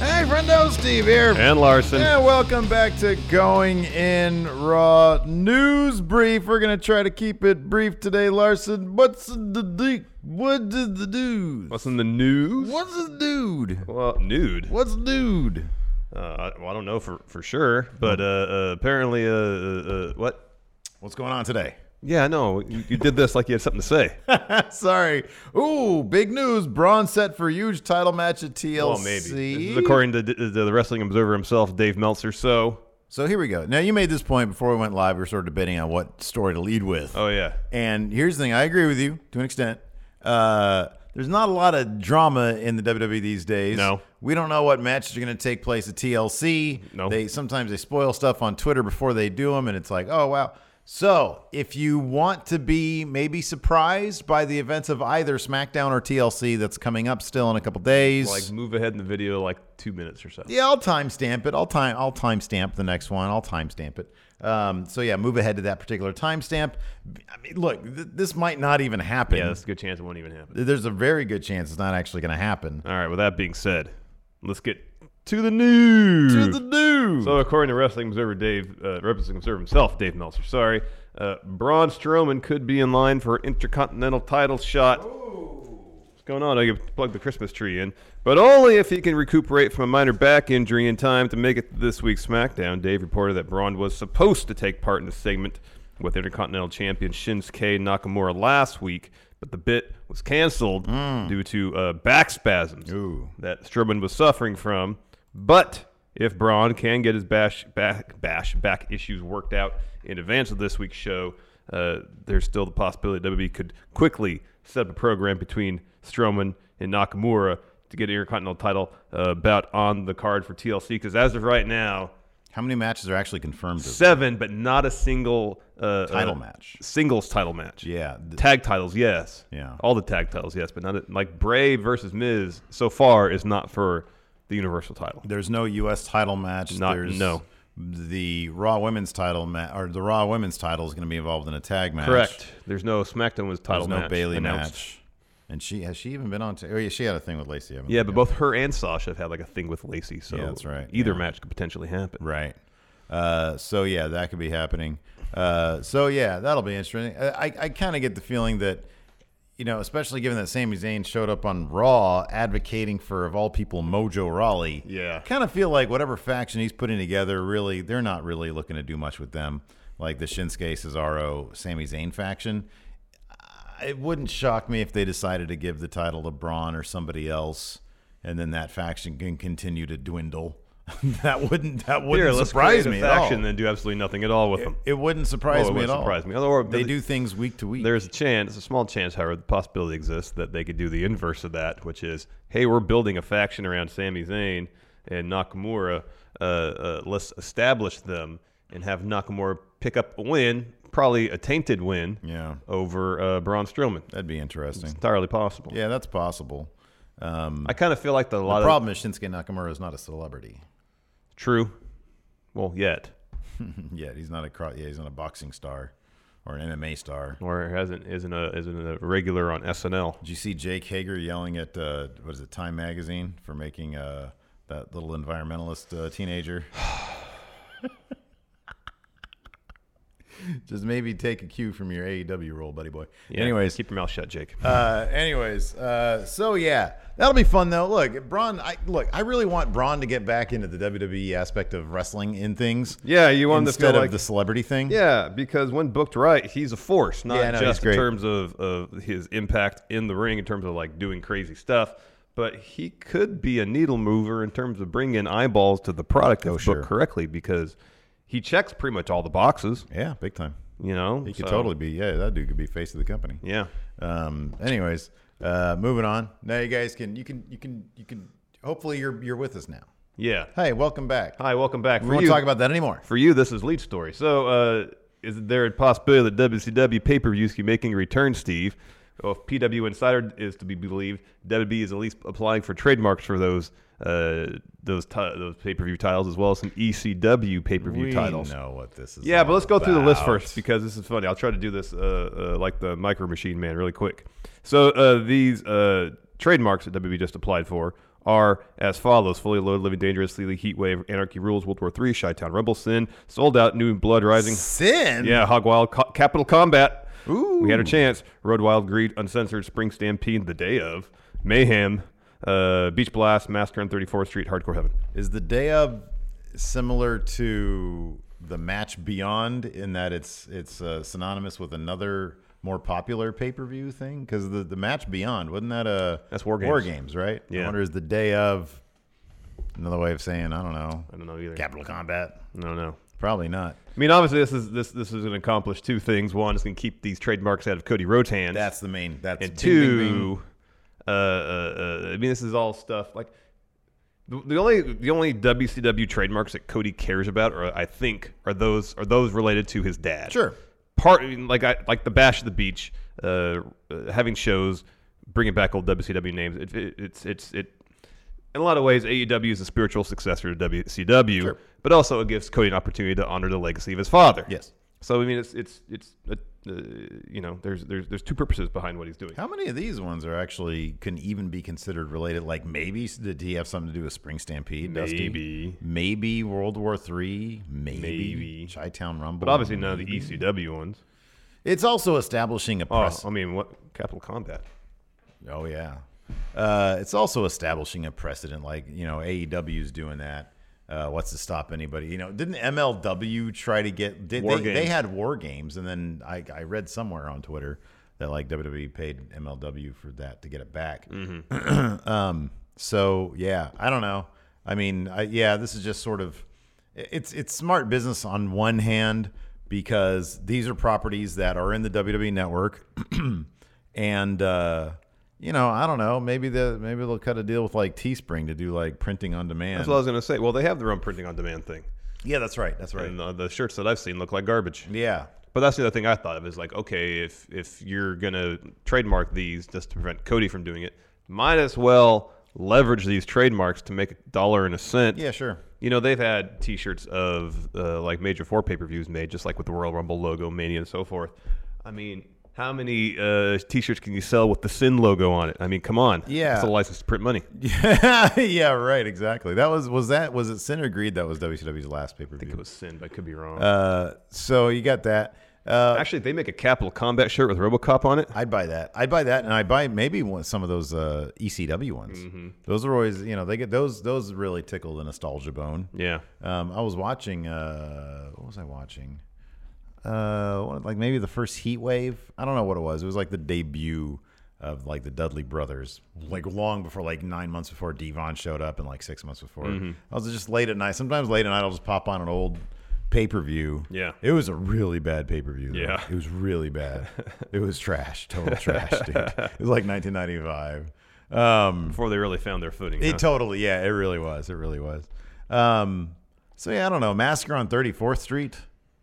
Hey, friendo, Steve here. And Larson. And welcome back to Going In Raw News Brief. We're going to try to keep it brief today, Larson. What's the de- What did the dude? What's in the news? What's the dude? Well, nude. What's dude? Uh, well, I don't know for, for sure, but uh, uh, apparently, uh, uh, uh, what? What's going on today? Yeah, I know. You, you did this like you had something to say. Sorry. Ooh, big news. Braun set for huge title match at TLC. well, maybe. This is according to, to the Wrestling Observer himself, Dave Meltzer. So, So here we go. Now, you made this point before we went live. We were sort of debating on what story to lead with. oh, yeah. And here's the thing: I agree with you to an extent. Uh, there's not a lot of drama in the WWE these days. No. we don't know what matches are going to take place at TLC. No. they sometimes they spoil stuff on Twitter before they do them, and it's like, oh wow. So if you want to be maybe surprised by the events of either SmackDown or TLC that's coming up still in a couple days, Like, move ahead in the video like two minutes or so. yeah, I'll timestamp it. I'll time I'll timestamp the next one. I'll timestamp it. Um, so yeah, move ahead to that particular timestamp. I mean, look, th- this might not even happen. Yeah, that's a good chance it won't even happen. There's a very good chance it's not actually going to happen. All right, with that being said, let's get to the news. To the news. So, according to Wrestling Observer Dave, uh, Wrestling Observer himself, Dave Meltzer, sorry, uh, Braun Strowman could be in line for Intercontinental title shot. What's going on? I could plug the Christmas tree in, but only if he can recuperate from a minor back injury in time to make it to this week's SmackDown. Dave reported that Braun was supposed to take part in the segment with Intercontinental Champion Shinsuke Nakamura last week, but the bit was canceled due to uh, back spasms that Strowman was suffering from. But if Braun can get his bash back bash back issues worked out in advance of this week's show, uh, there's still the possibility WWE could quickly set up a program between Strowman and Nakamura to get an Intercontinental title uh, bout on the card for TLC. Because as of right now, How many matches are actually confirmed? seven, but not a single uh, Title uh, match. singles title match. Yeah. tag titles, yes. Yeah. all the tag titles, yes, but not a, like Bray versus Miz. So far, is not for the Universal title. There's no U.S. title match. Not- There's no. The Raw Women's title ma- or the Raw Women's title is going to be involved in a tag match. Correct. There's no SmackDown was title There's no match Bailey announced. match. And she has she even been on? T- oh yeah, she had a thing with Lacey. Evans. Yeah, but both her and Sasha have had like a thing with Lacey, so Yeah, that's right, Either yeah. match could potentially happen. Right. Uh, so yeah, that could be happening. Uh, so yeah, that'll be interesting. I, I, I kind of get the feeling that, you know, especially given that Sami Zayn showed up on Raw advocating for, of all people, Mojo Rawley. Yeah. Kind of feel like whatever faction he's putting together, really, they're not really looking to do much with them. Like the Shinsuke Cesaro, Sami Zayn faction. It wouldn't shock me if they decided to give the title to Braun or somebody else, and then that faction can continue to dwindle. that wouldn't that wouldn't Here, let's surprise me create at a all. Eh, faction and do absolutely nothing at all with them. It wouldn't surprise Oh, it me wouldn't at all. surprise me. Although they the- do things week to week. There's a chance, a small chance, however, the possibility exists that they could do the inverse of that, which is, hey, we're building a faction around Sami Zayn and Nakamura. Uh, uh, let's establish them and have Nakamura pick up a win, probably a tainted win, Yeah. over uh, Braun Strowman. That'd be interesting. Entirely possible. Yeah, that's possible. Um, I kind of feel like the, a lot the of problem is Shinsuke Nakamura is not a celebrity true. Well, yet yet. He's not a cro- yeah, he's not a boxing star or an MMA star. or hasn't isn't a isn't a regular on SNL. Did you see Jake Hager yelling at uh, what is it Time Magazine for making uh, that little environmentalist uh, teenager? Just maybe take a cue from your AEW role, buddy boy. Yeah, Anyways, keep your mouth shut, Jake. Uh, anyways, uh, so yeah, that'll be fun though. Look, Braun, I look, I really want Braun to get back into the WWE aspect of wrestling in things. Yeah, you want him to instead feel of like- the celebrity thing. Yeah, because when booked right, he's a force, not Yeah, no, he's just in great. terms of, of his impact in the ring, in terms of like doing crazy stuff, but he could be a needle mover in terms of bringing eyeballs to the product if booked Oh, sure. correctly because he checks pretty much all the boxes. yeah, big time. You know, He could so- totally be. Yeah, that dude could be face of the company. Yeah. Um. Anyways, uh, moving on. Now you guys can you can you can you can. Hopefully you're you're with us now. Yeah. Hey, welcome back. Hi, welcome back. We For won't you, talk about that anymore. for you, this is lead story. So, uh, is there a possibility that WCW pay per views keep making a return, Steve? Well, if PW Insider is to be believed, WB is at least applying for trademarks for those uh, those ti- those pay per view titles as well as some E ECW pay per view we titles. know what this is. Yeah, but all let's go through the list about. first because this is funny. I'll try to do this uh, uh, like the Micro Machine Man really quick. So uh, these uh, trademarks that WB just applied for are as follows: Fully Loaded, Living Dangerous, Lily Heat Wave, Anarchy Rules, World War Three, Chi Town Rumble, Sin, Sold Out, New Blood Rising, Sin. yeah, Hog Wild, Co- Capital Combat. Ooh. We had a chance. Road Wild, Greed, Uncensored, Spring Stampede, The Day of, Mayhem, uh, Beach Blast, Massacre on 34th Street, Hardcore Heaven. Is the day of similar to the match beyond in that it's it's uh, synonymous with another more popular pay per view thing? Because the, the match beyond wasn't that a That's War War Games. games, right? I Yeah. wonder is the day of another way of saying I don't know. I don't know either. Capital combat? No, no. Probably not. I mean, obviously, this is this this is going to accomplish two things. One, it's going to keep these trademarks out of Cody Rhodes' hands. That's the main. That's and bing, bing, two. bing. Uh, uh, uh, I mean, this is all stuff like the, the only the only WCW trademarks that Cody cares about, or I think, are those are those related to his dad. Sure. Part I mean, like I like the Bash at the Beach, uh, uh, having shows, bringing back old WCW names. It, it, it's it's it. In a lot of ways, AEW is a spiritual successor to WCW, Sure. but also it gives Cody an opportunity to honor the legacy of his father. Yes. So I mean, it's it's it's uh, uh, you know there's there's there's two purposes behind what he's doing. How many of these ones are actually can even be considered related? Like maybe did he have something to do with Spring Stampede? Dusty? Maybe. maybe World War Three, maybe, Maybe. Chi-town Rumble. But obviously none of the ECW ones. It's also establishing a Oh, precedent. I mean, what Capital Combat? Oh yeah, uh, it's also establishing a precedent. Like you know, AEW's doing that. Uh, what's to stop anybody? You know, didn't MLW try to get? Did, War they, Games. they had war games, and then I, I read somewhere on Twitter that like WWE paid MLW for that to get it back. Mm. um, so yeah, I don't know. I mean, I, yeah, this is just sort of it's it's smart business on one hand because these are properties that are in the WWE network, and uh, you know, I don't know, maybe the maybe they'll cut a deal with like Teespring to do like printing on demand. That's what I was gonna say. Well, they have their own printing on demand thing, yeah, that's right. That's right. and uh, the shirts that I've seen look like garbage. yeah. But that's the other thing I thought of is like, okay, if if you're gonna trademark these just to prevent Cody from doing it, might as well leverage these trademarks to make a dollar and a cent. Yeah, sure. You know, they've had T-shirts of uh, like major four pay-per-views made, just like with the Royal Rumble logo, Mania, and so forth. I mean, how many uh, T-shirts can you sell with the Sin logo on it? I mean, come on, Yeah. it's a license to print money. yeah, right, exactly. That was was that was it Sin or Greed that was WCW's last pay-per-view. It was Sin, but I could be wrong. uh so you got that. Uh Actually, if they make a Capital Combat shirt with RoboCop on it. I'd buy that. I'd buy that, and I would buy maybe one, some of those uh, ECW ones. Those are always, you know, they get those. Those really tickle the nostalgia bone. Yeah, Um, I was watching. Uh, what was I watching? Uh, one of- like maybe the first Heat Wave. I don't know what it was. It was like the debut of like the Dudley Brothers, like long before, like nine months before Devon showed up, and like six months before. Mm-hmm. I was just late at night. Sometimes late at night, I'll just pop on an old pay per view. Yeah. it was a really bad pay per view. Yeah. it was really bad. it was trash, total trash, dude. It was like 1995. Um, before they really found their footing. huh? it totally, yeah, it really was. It really was. Um, so yeah, I don't know. Massacre on 34th Street.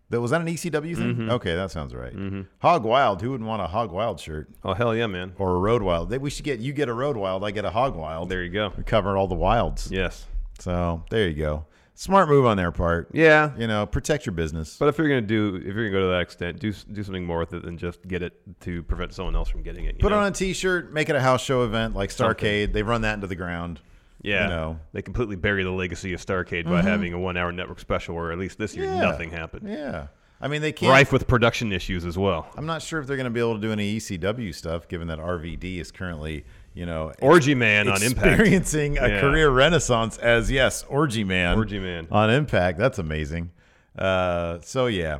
That was that an ECW thing? Mm-hmm. Okay, that sounds right. Hog Wild. Who wouldn't want a Hog Wild shirt oh hell yeah, man! or a Road Wild? They- We should get you get a Road Wild. I get a Hog Wild. Oh, There you go. We cover all the wilds. Yes. So there you go. Smart move on their part. Yeah. You know, protect your business. But if you're gonna do, if you're gonna go to that extent, do s- do something more with it than just get it to prevent someone else from getting it. you Put know? on a T-shirt. Make it a house show event like Something. Starcade. They run that into the ground. Yeah, You know. Mm-hmm. they completely bury the legacy of Starcade by having a one-hour network special, where at least this year Yeah. nothing happened. Yeah. I mean, they can't. Rife with production issues as well. I'm not sure if they're going to be able to do any ECW stuff, given that RVD is currently, you know, Orgy Man on Impact. experiencing a Yeah. career renaissance as yes, Orgy Man, Orgy Man. on Impact. That's amazing. Uh, so yeah,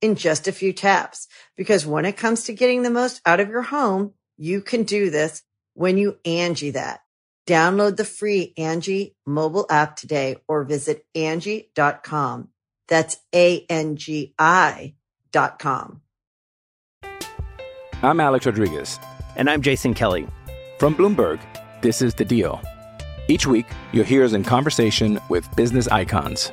in just a few taps. Because when it comes to getting the most out of your home, you can do this when you Angie that. Download the free Angie mobile app today or visit Angie.com. That's A-N-G-I dot com. I'm Alex Rodriguez. And I'm Jason Kelly. From Bloomberg, this is The Deal. Each week, you'll hear us in conversation with business icons.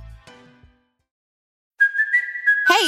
Hey,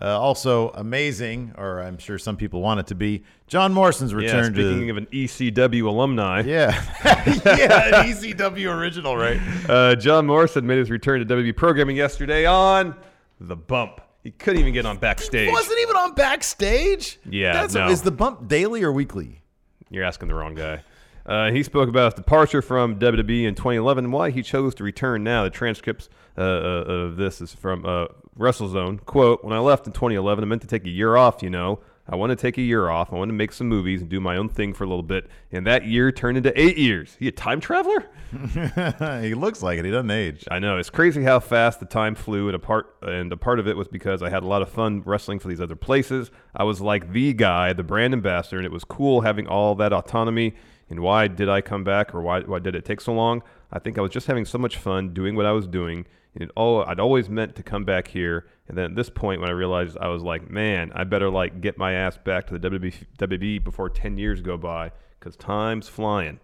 Uh, also amazing, or I'm sure some people want it to be, John Morrison's Yeah, return speaking to. of an ECW alumni, yeah. yeah, an ECW original, right? uh, John Morrison made his return to WB programming yesterday on The Bump. He couldn't even get on backstage. Wasn't even on backstage. Yeah, That's no. is the bump daily or weekly? You're asking the wrong guy. Uh, he spoke about his departure from WWE in 2011 and why he chose to return now. The transcripts uh, uh, of this is from uh, WrestleZone. Quote, when I left in 2011, I meant to take a year off, you know. I want to take a year off. I want to make some movies and do my own thing for a little bit. And that year turned into eight years. He a time traveler? he looks like it. He doesn't age. I know it's crazy how fast the time flew, and a part and a part of it was because I had a lot of fun wrestling for these other places. I was like the guy, the brand ambassador, and it was cool having all that autonomy. And why did I come back, or why why did it take so long? I think I was just having so much fun doing what I was doing, and it all I'd always meant to come back here. And then at this point, when I realized, I was like, man, I better like get my ass back to the WB WWE E before ten years go by, because time's flying.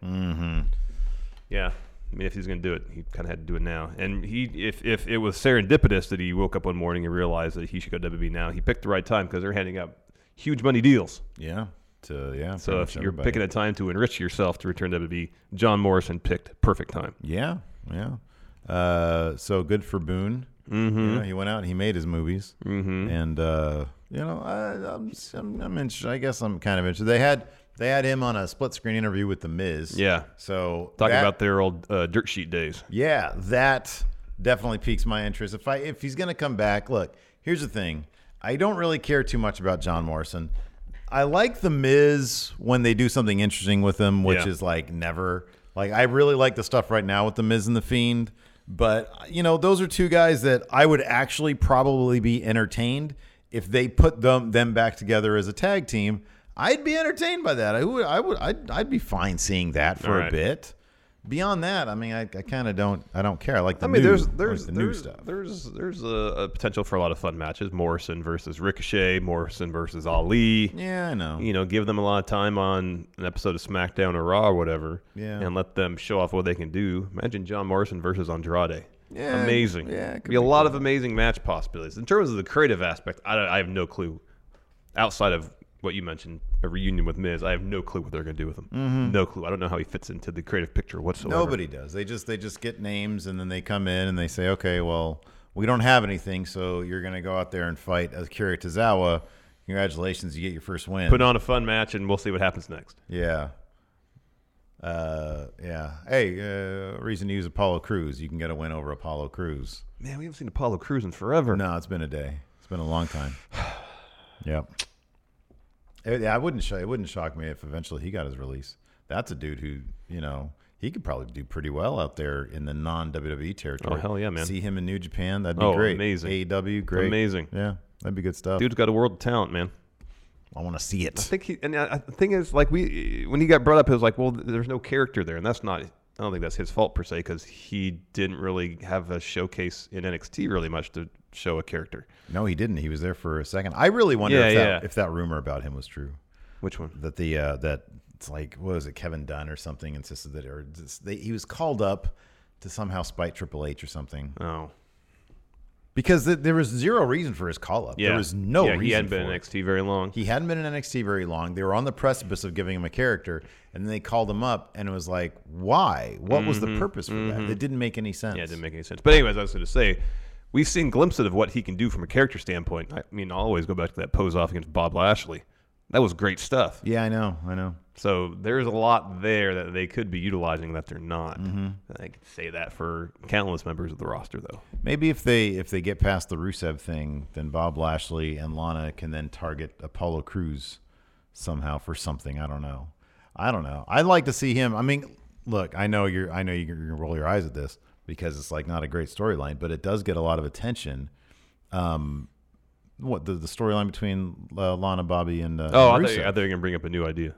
Yeah. I mean, if he's going to do it, he kind of had to do it now. And he, if, if it was serendipitous that he woke up one morning and realized that he should go to WB now, he picked the right time because they're handing out huge money deals. Yeah. To, yeah. So if you're picking a time to enrich yourself to return to WB, John Morrison picked perfect time. Yeah, yeah. Uh, so good for Boone. Mm-hmm. he went out. and He made his movies, mm-hmm. and uh, you know, I, I'm, I'm, I'm interested. I guess I'm kind of interested. They had they had him on a split screen interview with the Miz. Yeah. So Talking that- about their old uh, dirt sheet days. yeah, that definitely piques my interest. If I if he's gonna come back, look, here's the thing. I don't really care too much about John Morrison. I like the Miz when they do something interesting with him, which Yeah. is like never. Like I really like the stuff right now with the Miz and the Fiend, but you know those are two guys that I would actually probably be entertained if they put them them back together as a tag team. I'd be entertained by that. I would. I would. I'd, I'd be fine seeing that for All a right. bit beyond that, I mean, I, I kind of don't. I don't care. I like the. I mean, new, there's I like there's the new there's, stuff. there's there's a, a potential for a lot of fun matches. Morrison versus Ricochet, Morrison versus Ali. yeah, I know. you know, give them a lot of time on an episode of SmackDown or Raw or whatever, Yeah. and let them show off what they can do. Imagine John Morrison versus Andrade. Yeah, amazing. yeah, it could be a lot of amazing match possibilities. In terms of the creative aspect, I, don't- I have no clue. Outside of what you mentioned, a reunion with Miz, I have no clue what they're going to do with him. No clue. I don't know how he fits into the creative picture whatsoever. Mm-hmm. Nobody does. They just they just get names and then they come in and they say, okay, well, we don't have anything, so you're gonna go out there and fight Akira Tozawa. Congratulations, you get your first win. Put on a fun match, and we'll see what happens next. Yeah. Uh, yeah. Hey, uh, reason to use Apollo Cruz. You can get a win over Apollo Cruz. Man, we haven't seen Apollo Crews in forever. No, it's been a day. It's been a long time. yep. It- I wouldn't. Sh- it wouldn't shock me if eventually he got his release. That's a dude who you know he could probably do pretty well out there in the non WWE territory. Oh, hell yeah, man. See him in New Japan. That'd be Oh, great. amazing. AEW. Great. Amazing. Yeah, that'd be good stuff. Dude's got a world of talent, man. I want to see I it. think he and I, the thing is like we when he got brought up, it was like, well, there's no character there, and that's not. I don't think that's his fault per se because he didn't really have a showcase in NXT really much to show a character. No, he didn't. He was there for a second. I really wonder Yeah, if, that, yeah. if that rumor about him was true. Which one? That the uh, that it's like what was it? Kevin Dunn or something insisted that or just, they, he was called up to somehow spite Triple H or something. Oh, Because th- there was zero reason for his call up. yeah. There was no yeah, reason. He hadn't been for in it. NXT very long. He hadn't been in NXT very long. They were on the precipice of giving him a character, and then they called him up, and it was like, why? What was the purpose for that? It didn't make any sense. Mm-hmm. Yeah, it didn't make any sense. But anyways, I was going to say, we've seen glimpses of what he can do from a character standpoint. I mean, I'll always go back to that pose off against Bob Lashley. That was great stuff. Yeah, I know. I know. So there's a lot there that they could be utilizing that they're not. I could say that for countless members of the roster, though. Maybe if they if they get past the Rusev thing, then Bob Lashley and Lana can then target Apollo Cruz somehow for something. I don't know. I don't know. I'd like to see him. I mean, look, I know you're I know you're gonna roll your eyes at this because it's like not a great storyline, but it does get a lot of attention. Um, what the the storyline between uh, Lana, Bobby, and uh, Oh, I and thought, you- I Rusev. thought you were going to bring up a new idea.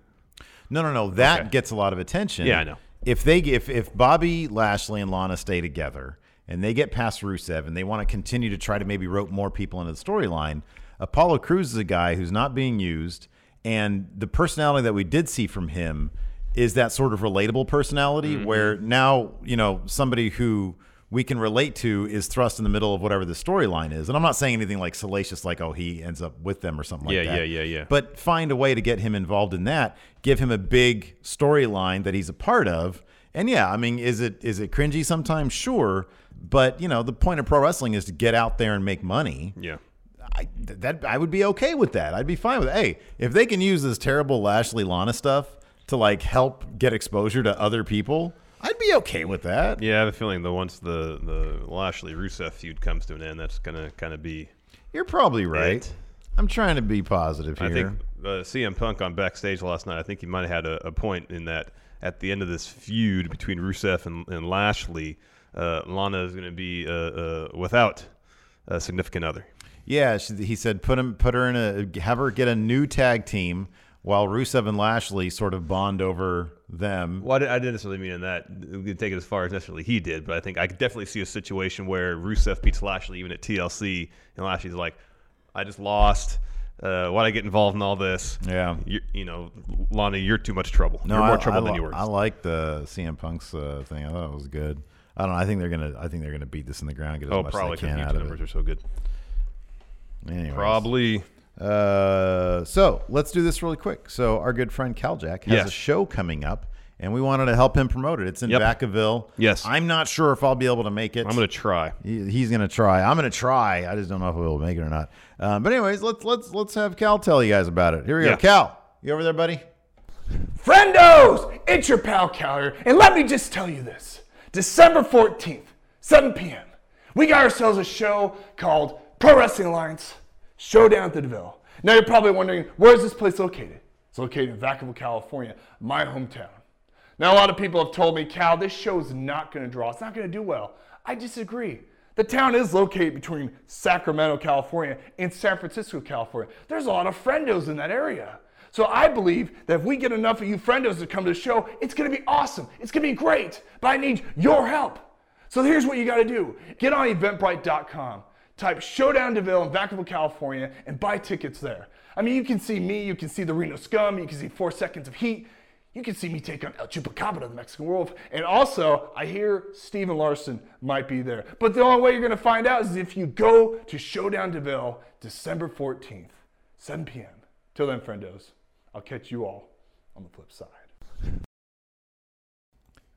No, no, no. That gets a lot of attention. Yeah, I know. If they if if Bobby Lashley and Lana stay together and they get past Rusev and they want to continue to try to maybe rope more people into the storyline, Apollo Cruz is a guy who's not being used, and the personality that we did see from him is that sort of relatable personality Mm-hmm. where now you know somebody who we can relate to is thrust in the middle of whatever the storyline is and i'm not saying anything like salacious like oh he ends up with them or something like Yeah, that yeah, yeah, yeah. but find a way to get him involved in that. Give him a big storyline that he's a part of. And yeah, I mean, is it is it cringy sometimes? Sure, but you know, the point of pro wrestling is to get out there and make money. Yeah. I, th- that I would be okay with that. I'd be fine with it. Hey, if they can use this terrible Lashley Lana stuff to like help get exposure to other people, I'd be okay with that. Yeah, I have a feeling that once the, the Lashley Rusev feud comes to an end, that's going to kind of be. You're probably right. It- I'm trying to be positive here. I think uh, CM Punk on backstage last night, I think he might have had a, a point in that at the end of this feud between Rusev and, and Lashley, uh, Lana is going to be uh, uh, without a significant other. Yeah, she, he said put him, put her in a, have her get a new tag team while Rusev and Lashley sort of bond over them. Well, I didn't, I didn't necessarily mean in that. We could take it as far as necessarily he did, but I think I could definitely see a situation where Rusev beats Lashley even at TLC, and Lashley's like, "I just lost. Uh, why'd I get involved in all this? Yeah. you, you know, Lana, you're too much trouble. you're I, more trouble I, than li- you were. I like the CM Punk's uh, thing. I thought it was good. I don't. know. I think they're gonna. I think they're gonna beat this in the ground. Get as oh, much probably as they can because out the of numbers it. are so good. Anyways. Probably. Uh, so let's do this really quick. So our good friend Caljack has Yes. a show coming up, and we wanted to help him promote it. It's in Yep. Vacaville. Yes. I'm not sure if I'll be able to make it. I'm gonna try. He- he's gonna try. I'm gonna try. I just don't know if we'll make it or not. Um, but anyways, let's let's let's have Cal tell you guys about it. Here we Yeah. go. Cal, you over there, buddy? Friendos, it's your pal Callier, and let me just tell you this. December 14th, 7 p.m., we got ourselves a show called Pro Wrestling Alliance Showdown at the DeVille. Now you're probably wondering, where is this place located? It's located in Vacaville, California, my hometown. Now a lot of people have told me, Cal, this show's not gonna draw, it's not gonna do well. I disagree. The town is located between Sacramento, California and San Francisco, California. There's a lot of friendos in that area. So I believe that if we get enough of you friendos to come to the show, it's gonna be awesome. It's gonna be great. But I need your help. So here's what you gotta do get on eventbrite.com, type Showdown DeVille in Vacaville, California, and buy tickets there. I mean, you can see me, you can see the Reno Scum, you can see Four Seconds of Heat, you can see me take on El Chupacabra, the Mexican Wolf, and also I hear Steven Larson might be there. But the only way you're gonna find out is if you go to Showdown DeVille December 14th, 7 p.m. Till then, friendos, I'll catch you all on the flip side.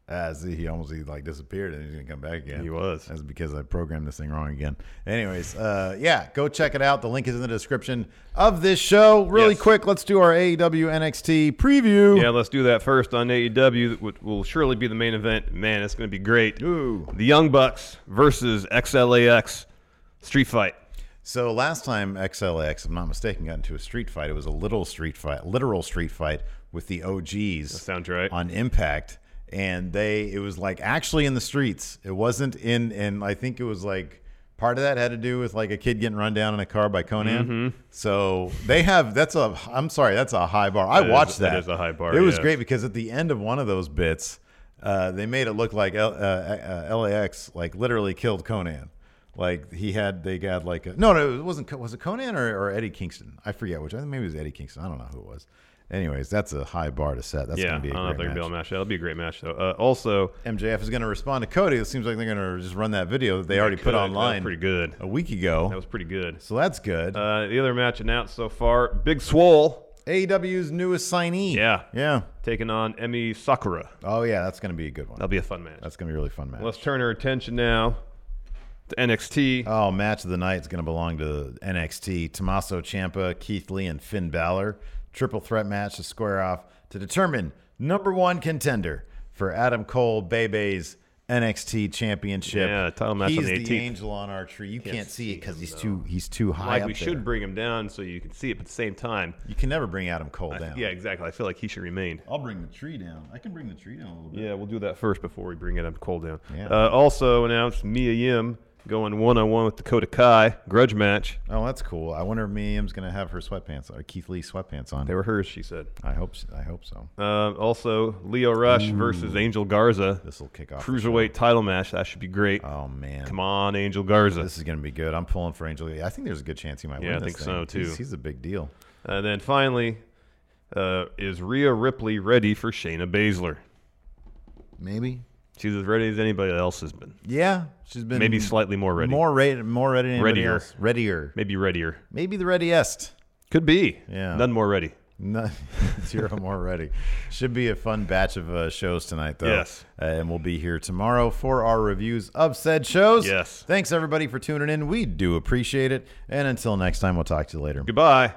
Ah, see, he almost he like disappeared and he's gonna come back again. He was. That's because I programmed this thing wrong again. Anyways, uh, yeah, go check it out. The link is in the description of this show. Really Yes. quick, let's do our E AEW NXT preview. Yeah, let's do that first on E AEW, which will surely be the main event. Man, it's going to be great. The Young Bucks versus XLAX Street Fight. So last time XLX, if I'm not mistaken, got into a street fight. It was a little street fight, literal street fight with the OGs. That sounds right. On Impact, and they it was like actually in the streets. It wasn't in, and I think it was like part of that had to do with like a kid getting run down in a car by Conan. Mhm. So they have that's a I'm sorry, that's a high bar. I That is- watched that. that is a high bar, It was yeah. great because at the end of one of those bits, uh, they made it look like L, uh, uh, uh, LAX like literally killed Conan. Like he had, they got like a, no, no, it wasn't. Co- Was it Conan or, or Eddie Kingston? I forget which. I think maybe it was Eddie Kingston. I don't know who it was. Anyways, that's a high bar to set. That's yeah, gonna be a I don't know if they're great gonna be match. able to match that. That'll be a great match though. Uh, also, MJF is going to respond to Cody. It seems like they're going to just run that video that they already could. put That was online. Oh. pretty good. A week ago. That was pretty good. So that's good. Uh, the other match announced so far: Big Swole, AEW's newest signee. Yeah, yeah, taking on Emmy Sakura. Oh yeah, that's going to be a good one. That'll be a fun match. That's going to be a really fun match. Let's turn our attention now to NXT. Oh, match of the night is going to belong to NXT. Tommaso Ciampa, Keith Lee, and Finn Balor. Triple threat match to square off to determine number one contender for Adam Cole Bebe's NXT Championship. Yeah, title match on He's the 18th. angel on our tree. You can't, see it because he's too he's too high. Like up we there. should bring him down so you can see it, but at the same time, you can never bring Adam Cole down. yeah, exactly. I feel like he should remain. I'll bring the tree down. I can bring the tree down a little bit. Yeah, we'll do that first before we bring it up cold down. Yeah. Uh, also announced Mia Yim going one on one with Dakota Kai, grudge match. Oh, that's cool. I wonder if Miriam's going to have her sweatpants or Keith Lee sweatpants on. They were hers, she said. I hope. s- I hope so. Um, also, Leo Rush versus Angel Garza. This will kick off the Cruiserweight title match. That should be great. Oh man, Come on, Angel Garza. This is going to be good. I'm pulling for Angel. Lee. I think there's a good chance he might Yeah, win. I this think thing. so, too. He's, he's a big deal. And then finally, uh, is Rhea Ripley ready for Shayna Baszler? Maybe. She's as ready as anybody else has been. Yeah, she's been Maybe slightly Mm. more ready. More ready. More ready. Than anybody Readier. else. Readier. Maybe readier. Maybe the readiest. Could be. Yeah. None more ready. No, zero more ready. Should be a fun batch of uh, shows tonight, though. Yes. Uh, and we'll be here tomorrow for our reviews of said shows. Yes. Thanks, everybody, for tuning in. We do appreciate it. And until next time, we'll talk to you later. Goodbye.